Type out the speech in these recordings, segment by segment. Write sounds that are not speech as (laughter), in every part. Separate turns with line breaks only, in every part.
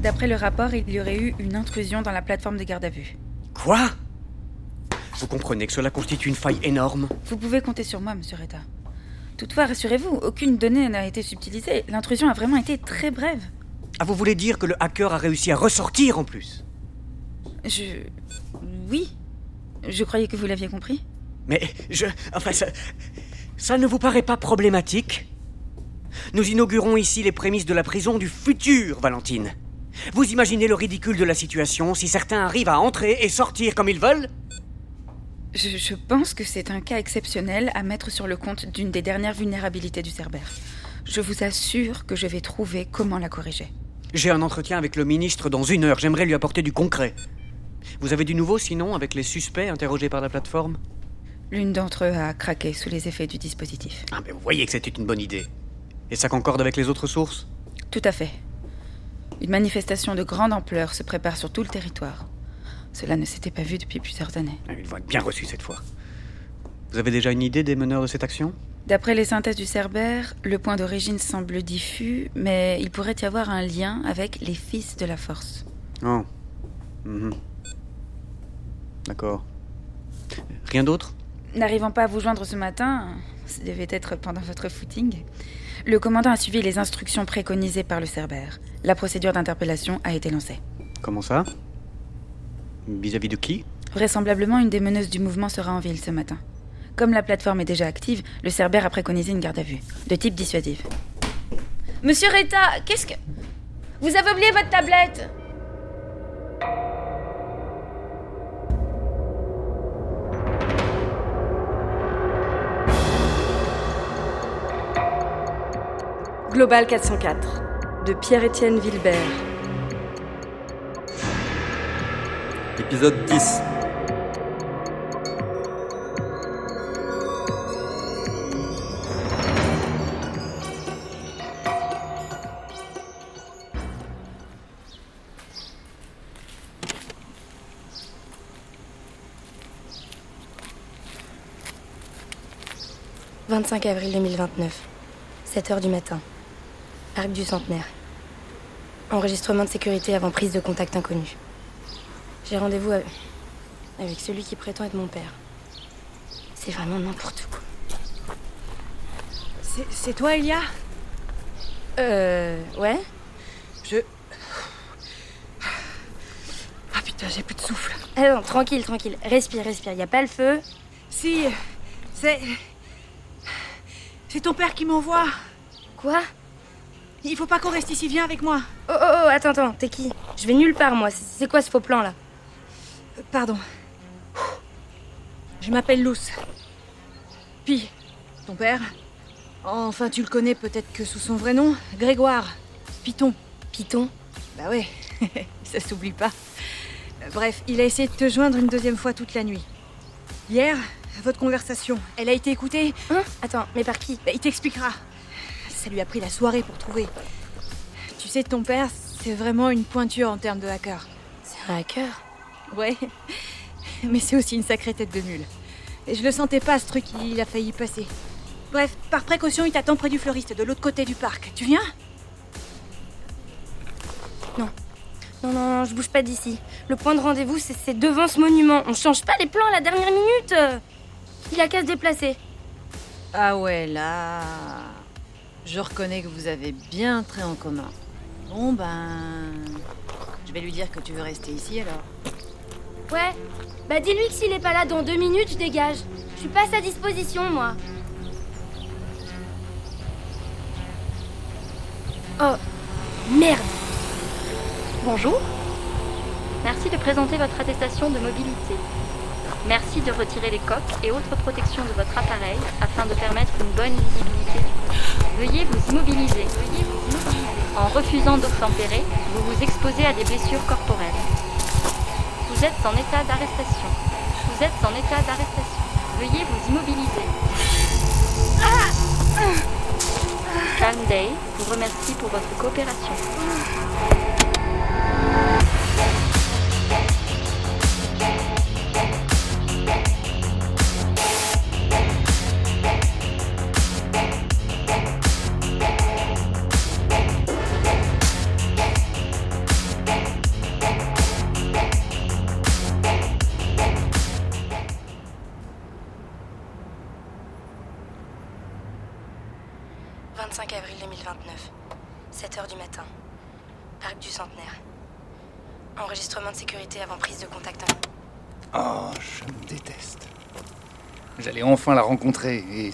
D'après le rapport, il y aurait eu une intrusion dans la plateforme de garde à vue.
Quoi Vous comprenez que cela constitue une faille énorme
Vous pouvez compter sur moi, monsieur Retta. Toutefois, rassurez-vous, aucune donnée n'a été subtilisée. L'intrusion a vraiment été très brève.
Ah, vous voulez dire que le hacker a réussi à ressortir en plus
Je. Oui. Je croyais que vous l'aviez compris.
Mais je. Enfin, ça. Ça ne vous paraît pas problématique Nous inaugurons ici les prémices de la prison du futur, Valentine. Vous imaginez le ridicule de la situation si certains arrivent à entrer et sortir comme ils veulent
Je, je pense que c'est un cas exceptionnel à mettre sur le compte d'une des dernières vulnérabilités du Cerbère. Je vous assure que je vais trouver comment la corriger.
J'ai un entretien avec le ministre dans une heure. J'aimerais lui apporter du concret. Vous avez du nouveau sinon avec les suspects interrogés par la plateforme
L'une d'entre eux a craqué sous les effets du dispositif.
Ah, mais vous voyez que c'était une bonne idée. Et ça concorde avec les autres sources
Tout à fait. Une manifestation de grande ampleur se prépare sur tout le territoire. Cela ne s'était pas vu depuis plusieurs années.
Ah, Ils vont être bien reçus cette fois. Vous avez déjà une idée des meneurs de cette action
D'après les synthèses du Cerbère, le point d'origine semble diffus, mais il pourrait y avoir un lien avec les fils de la force.
Oh. Mhm. D'accord. Rien d'autre
N'arrivant pas à vous joindre ce matin, ce devait être pendant votre footing, le commandant a suivi les instructions préconisées par le Cerbère. La procédure d'interpellation a été lancée.
Comment ça Vis-à-vis de qui
Vraisemblablement, une des meneuses du mouvement sera en ville ce matin. Comme la plateforme est déjà active, le Cerbère a préconisé une garde à vue, de type dissuasive.
Monsieur Retta, qu'est-ce que. Vous avez oublié votre tablette
Global 404 de Pierre-Étienne Vilbert.
Épisode 10.
« 25 avril 2029, 7 h du matin. Parc du Centenaire. Enregistrement de sécurité avant prise de contact inconnu. J'ai rendez-vous avec... avec celui qui prétend être mon père. C'est vraiment n'importe quoi.
C'est- C'est toi, Elia
Euh. Ouais
Je. Ah putain, j'ai plus de souffle.
Ah non, tranquille, tranquille. Respire, respire. Y a pas le feu.
Si, c'est. C'est ton père qui m'envoie.
Quoi
Il faut pas qu'on reste ici, viens avec moi.
Oh oh oh, attends, attends, t'es qui Je vais nulle part, moi. C'est- C'est quoi ce faux plan là
Euh, Pardon. Je m'appelle Luce. Puis, ton père Enfin, tu le connais peut-être que sous son vrai nom Grégoire. Python.
Python
Bah ouais, (laughs) ça s'oublie pas. Euh, Bref, il a essayé de te joindre une deuxième fois toute la nuit. Hier, votre conversation, elle a été écoutée
Hein Attends, mais par qui
Bah, il t'expliquera. Ça lui a pris la soirée pour trouver. Tu sais, ton père, c'est vraiment une pointure en termes de hacker.
C'est un hacker.
Ouais, mais c'est aussi une sacrée tête de mule. Et je le sentais pas, ce truc, il a failli passer. Bref, par précaution, il t'attend près du fleuriste, de l'autre côté du parc. Tu viens
Non, non, non, je bouge pas d'ici. Le point de rendez-vous, c'est c'est devant ce monument. On change pas les plans à la dernière minute. euh. Il a qu'à se déplacer.
Ah ouais, là. Je reconnais que vous avez bien un trait en commun. Bon ben. Je vais lui dire que tu veux rester ici alors.
Ouais. Bah dis-lui que s'il est pas là dans deux minutes, je dégage. Je suis pas à sa disposition, moi. Oh, merde
Bonjour,
Merci de présenter votre attestation de mobilité.
merci de retirer les coques et autres protections de votre appareil afin de permettre une bonne visibilité. Veuillez vous immobiliser. Veuillez vous immobiliser. En refusant d'obtempérer, vous vous exposez à des blessures corporelles. Vous êtes en état d'arrestation. Vous êtes en état d'arrestation. Veuillez vous immobiliser. Calm Day vous remercie pour votre coopération.
25 avril 2029, 7h du matin, parc du Centenaire. Enregistrement de sécurité avant prise de contact.
Oh, je me déteste. J'allais enfin la rencontrer et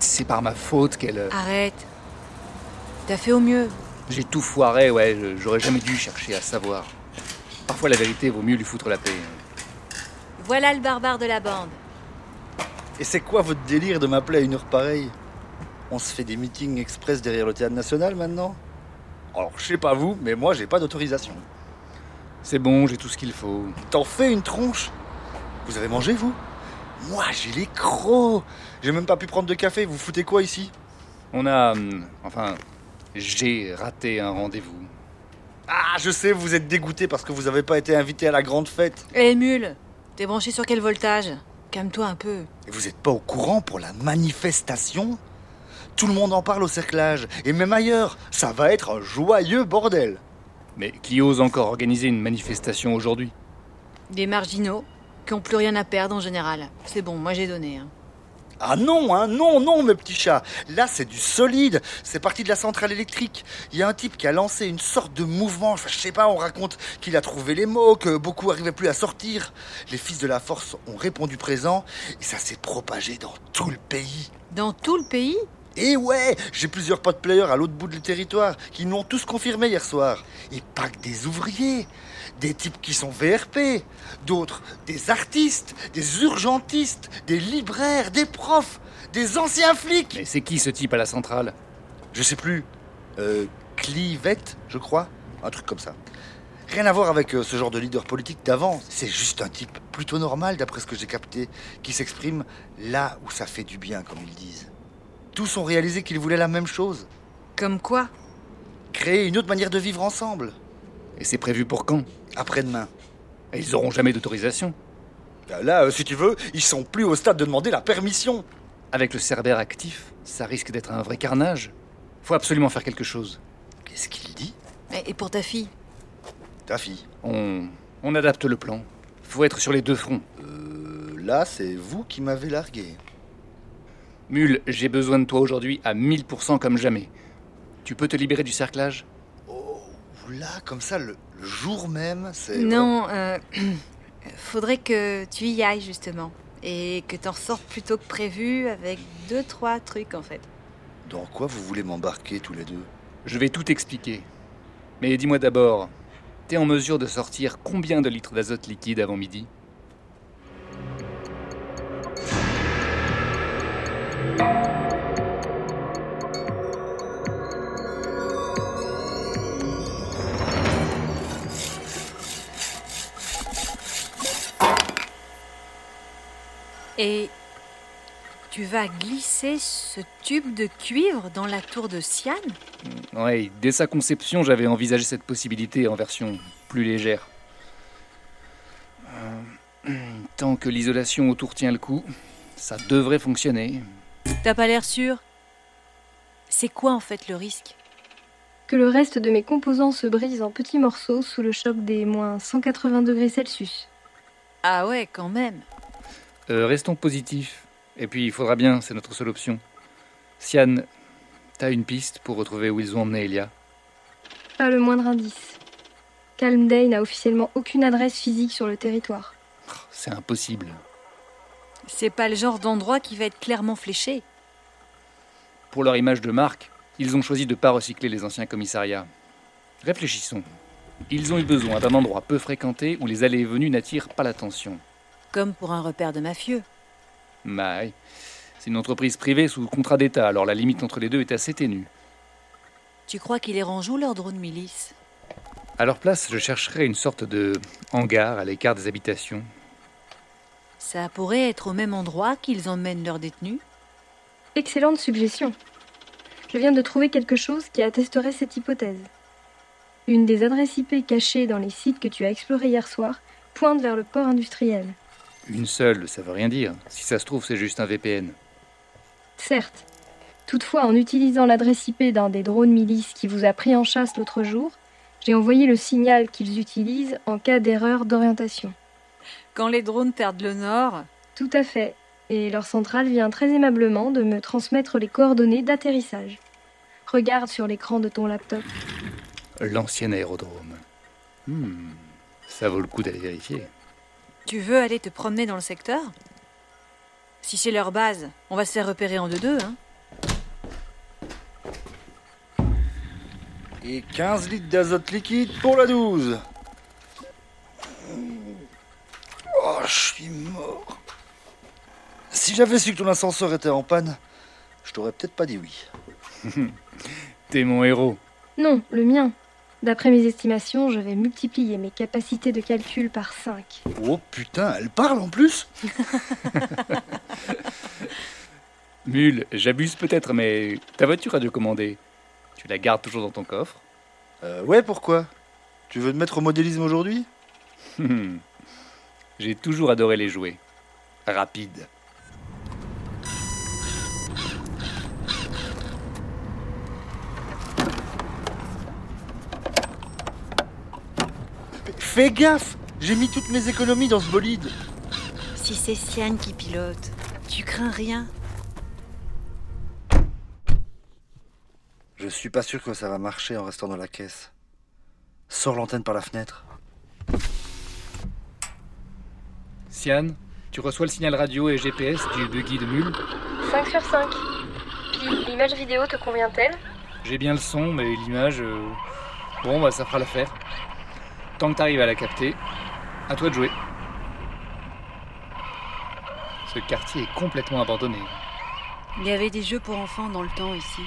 c'est par ma faute qu'elle.
Arrête. T'as fait au mieux.
J'ai tout foiré, ouais, je- j'aurais jamais dû chercher à savoir. Parfois la vérité vaut mieux lui foutre la paix.
Voilà le barbare de la bande.
Et c'est quoi votre délire de m'appeler à une heure pareille On se fait des meetings express derrière le théâtre national maintenant Alors je sais pas vous, mais moi j'ai pas d'autorisation.
C'est bon, j'ai tout ce qu'il faut.
T'en fais une tronche Vous avez mangé vous Moi j'ai les crocs J'ai même pas pu prendre de café, vous foutez quoi ici
On a. hum, Enfin, j'ai raté un rendez-vous.
Ah je sais, vous êtes dégoûté parce que vous avez pas été invité à la grande fête.
Hé, Eh, mule, t'es branché sur quel voltage Calme-toi un peu.
Et vous êtes pas au courant pour la manifestation Tout le monde en parle au cerclage, et même ailleurs, ça va être un joyeux bordel
Mais qui ose encore organiser une manifestation aujourd'hui
Des marginaux qui ont plus rien à perdre en général. C'est bon, moi j'ai donné. hein.
Ah non, hein, non, non, mes petits chats. Là, c'est du solide. C'est parti de la centrale électrique. Il y a un type qui a lancé une sorte de mouvement. Enfin, je sais pas, on raconte qu'il a trouvé les mots, que beaucoup arrivaient plus à sortir. Les fils de la force ont répondu présent et ça s'est propagé dans tout le pays.
Dans tout le pays
Et ouais, j'ai plusieurs potes players à l'autre bout du territoire qui nous l'ont tous confirmé hier soir. Et pas que des ouvriers, des types qui sont VRP, d'autres des artistes, des urgentistes, des libraires, des profs, des anciens flics.
Mais c'est qui ce type à la centrale
Je sais plus. Euh, Clivette, je crois. Un truc comme ça. Rien à voir avec euh, ce genre de leader politique d'avant. C'est juste un type plutôt normal, d'après ce que j'ai capté, qui s'exprime là où ça fait du bien, comme ils disent. Tous ont réalisé qu'ils voulaient la même chose.
Comme quoi
Créer une autre manière de vivre ensemble.
Et c'est prévu pour quand
Après-demain.
Et ils auront jamais d'autorisation.
Ben Là, euh, si tu veux, ils sont plus au stade de demander la permission.
Avec le Cerbère actif, ça risque d'être un vrai carnage. Faut absolument faire quelque chose.
Qu'est-ce qu'il dit
Et et pour ta fille
Ta fille.
On, on adapte le plan. Faut être sur les deux fronts.
Euh, Là, c'est vous qui m'avez largué.
Mule, j'ai besoin de toi aujourd'hui à 1000% comme jamais. Tu peux te libérer du cerclage
Là, comme ça, le, le jour même, c'est...
Non, euh, (clears throat) faudrait que tu y ailles justement. Et que t'en ressortes plus tôt que prévu avec deux, trois trucs en fait.
Dans quoi vous voulez m'embarquer tous les deux
Je vais tout expliquer. Mais dis-moi d'abord, t'es en mesure de sortir combien de litres d'azote liquide avant midi
Et tu vas glisser ce tube de cuivre dans la tour de Sian
Ouais, dès sa conception, j'avais envisagé cette possibilité en version plus légère. Euh, tant que l'isolation autour tient le coup, ça devrait fonctionner.
T'as pas l'air sûr C'est quoi en fait le risque
que le reste de mes composants se brise en petits morceaux sous le choc des moins 180 degrés Celsius.
Ah ouais, quand même.
Euh, restons positifs. Et puis, il faudra bien, c'est notre seule option. Sian, t'as une piste pour retrouver où ils ont emmené Elia
Pas le moindre indice. Calm Day n'a officiellement aucune adresse physique sur le territoire.
C'est impossible.
C'est pas le genre d'endroit qui va être clairement fléché.
Pour leur image de marque, ils ont choisi de ne pas recycler les anciens commissariats. Réfléchissons. Ils ont eu besoin d'un endroit peu fréquenté où les allées et venues n'attirent pas l'attention.
Comme pour un repère de mafieux.
Mais c'est une entreprise privée sous contrat d'État, alors la limite entre les deux est assez ténue.
Tu crois qu'il est rangeau leur drone milice
À leur place, je chercherais une sorte de hangar à l'écart des habitations.
Ça pourrait être au même endroit qu'ils emmènent leurs détenus
Excellente suggestion. Je viens de trouver quelque chose qui attesterait cette hypothèse. Une des adresses IP cachées dans les sites que tu as explorés hier soir pointe vers le port industriel.
Une seule, ça veut rien dire. Si ça se trouve, c'est juste un VPN.
Certes. Toutefois, en utilisant l'adresse IP d'un des drones milices qui vous a pris en chasse l'autre jour, j'ai envoyé le signal qu'ils utilisent en cas d'erreur d'orientation.
Quand les drones perdent le nord,
Tout à fait. Et leur centrale vient très aimablement de me transmettre les coordonnées d'atterrissage. Regarde sur l'écran de ton laptop.
L'ancien aérodrome. Hmm, ça vaut le coup d'aller vérifier.
Tu veux aller te promener dans le secteur Si c'est leur base, on va se faire repérer en deux-deux, hein
Et 15 litres d'azote liquide pour la 12. Oh, je suis mort. Si j'avais su que ton ascenseur était en panne, je t'aurais peut-être pas dit oui.
T'es mon héros.
Non, le mien. D'après mes estimations, je vais multiplier mes capacités de calcul par 5.
Oh putain, elle parle en plus
Mule, j'abuse peut-être, mais ta voiture a dû commander. Tu la gardes toujours dans ton coffre
Euh, ouais, pourquoi Tu veux te mettre au modélisme aujourd'hui
Hmm. J'ai toujours adoré les jouets. Rapide.
Fais gaffe J'ai mis toutes mes économies dans ce bolide.
Si c'est Sian qui pilote, tu crains rien
Je suis pas sûr que ça va marcher en restant dans la caisse. Sors l'antenne par la fenêtre.
Sian, tu reçois le signal radio et GPS du buggy de mule
5 sur 5. Puis l'image vidéo te convient-elle
J'ai bien le son, mais l'image. euh, Bon, bah ça fera l'affaire. Tant que t'arrives à la capter, à toi de jouer. Ce quartier est complètement abandonné.
Il y avait des jeux pour enfants dans le temps ici,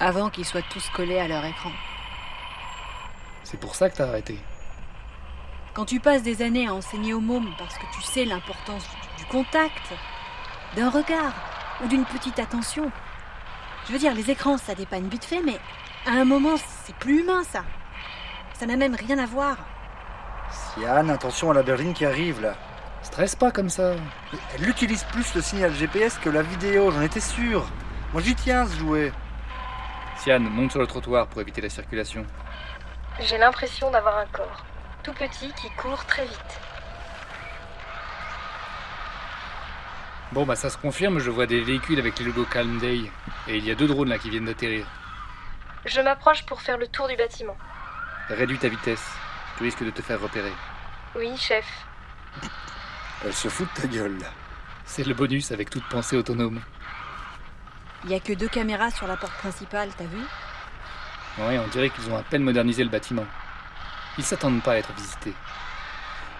avant qu'ils soient tous collés à leur écran.
C'est pour ça que t'as arrêté.
Quand tu passes des années à enseigner aux mômes parce que tu sais l'importance du, du contact, d'un regard ou d'une petite attention. Je veux dire, les écrans, ça dépanne vite fait, mais à un moment, c'est plus humain, ça. Ça n'a même rien à voir.
Sian, attention à la berline qui arrive là.
Stresse pas comme ça.
Elle utilise plus le signal GPS que la vidéo, j'en étais sûr. Moi j'y tiens ce jouet.
Sian, monte sur le trottoir pour éviter la circulation.
J'ai l'impression d'avoir un corps, tout petit qui court très vite.
Bon, bah ça se confirme, je vois des véhicules avec les logos Calm Day. Et il y a deux drones là qui viennent d'atterrir.
Je m'approche pour faire le tour du bâtiment.
Réduis ta vitesse, tu risques de te faire repérer.
Oui, chef.
Elle se fout de ta gueule.
C'est le bonus avec toute pensée autonome.
Il y a que deux caméras sur la porte principale, t'as vu
Ouais, on dirait qu'ils ont à peine modernisé le bâtiment. Ils s'attendent pas à être visités.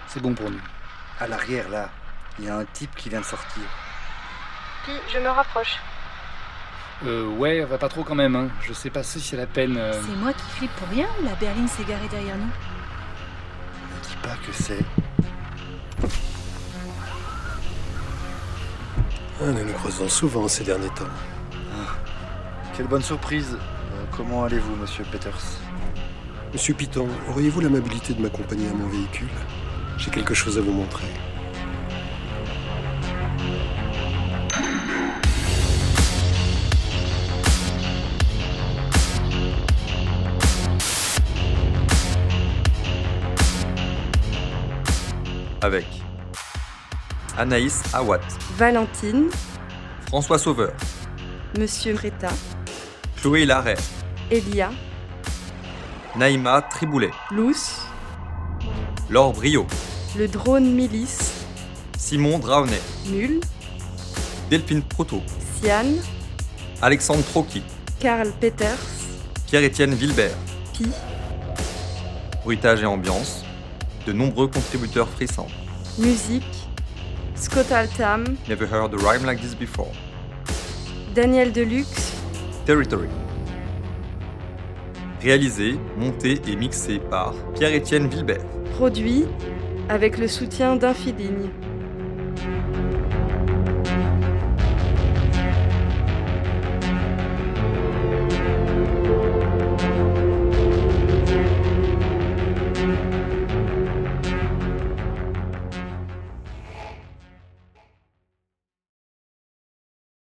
C'est bon pour nous.
À l'arrière là, il y a un type qui vient de sortir.
Puis je me rapproche.
Euh, ouais, va pas trop quand même, hein. Je sais pas si c'est la peine. euh,
C'est moi qui flippe pour rien ou la berline s'est garée derrière nous
Ne dis pas que c'est.
Ah, nous nous croisons souvent ces derniers temps.
Quelle bonne surprise. Euh, comment allez-vous, monsieur Peters
Monsieur Piton, auriez-vous l'amabilité de m'accompagner à mon véhicule J'ai quelque chose à vous montrer.
Avec Anaïs Awat,
Valentine,
François Sauveur,
Monsieur Reta,
Chloé Larrey,
Elia,
Naïma Triboulet,
Luce,
Laure Brio,
le drone milice,
Simon Draunet,
Mule,
Delphine Proto,
Sian,
Alexandre Troki,
Karl Peters,
Pierre-Étienne Vilbert,
Pi,
Bruitage et Ambiance, de nombreux contributeurs frissants.
Musique, Scott Altam,
Never heard a rhyme like this before.
Daniel Deluxe,
Territory. Réalisé, monté et mixé par Pierre-Étienne Vilbert.
produit avec le soutien d'Infiligne.